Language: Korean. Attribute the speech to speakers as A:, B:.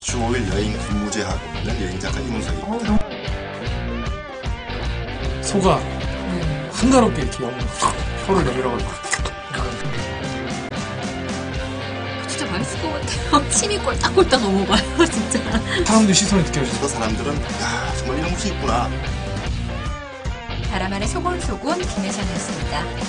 A: 15일 여인 군무제 학원을 여인 작가 이문석이
B: 소가 한가롭게 이렇게 혀를 내밀어가지고
C: 진짜 맛있을 것 같아요. 침이 꼴딱꼴딱 넘어가요, 진짜.
B: 사람들 시선이 느껴지죠.
A: 그 사람들은 야 정말 이런 곳이 있구나
C: 바람 아래 소곤소곤 김혜선이었습니다.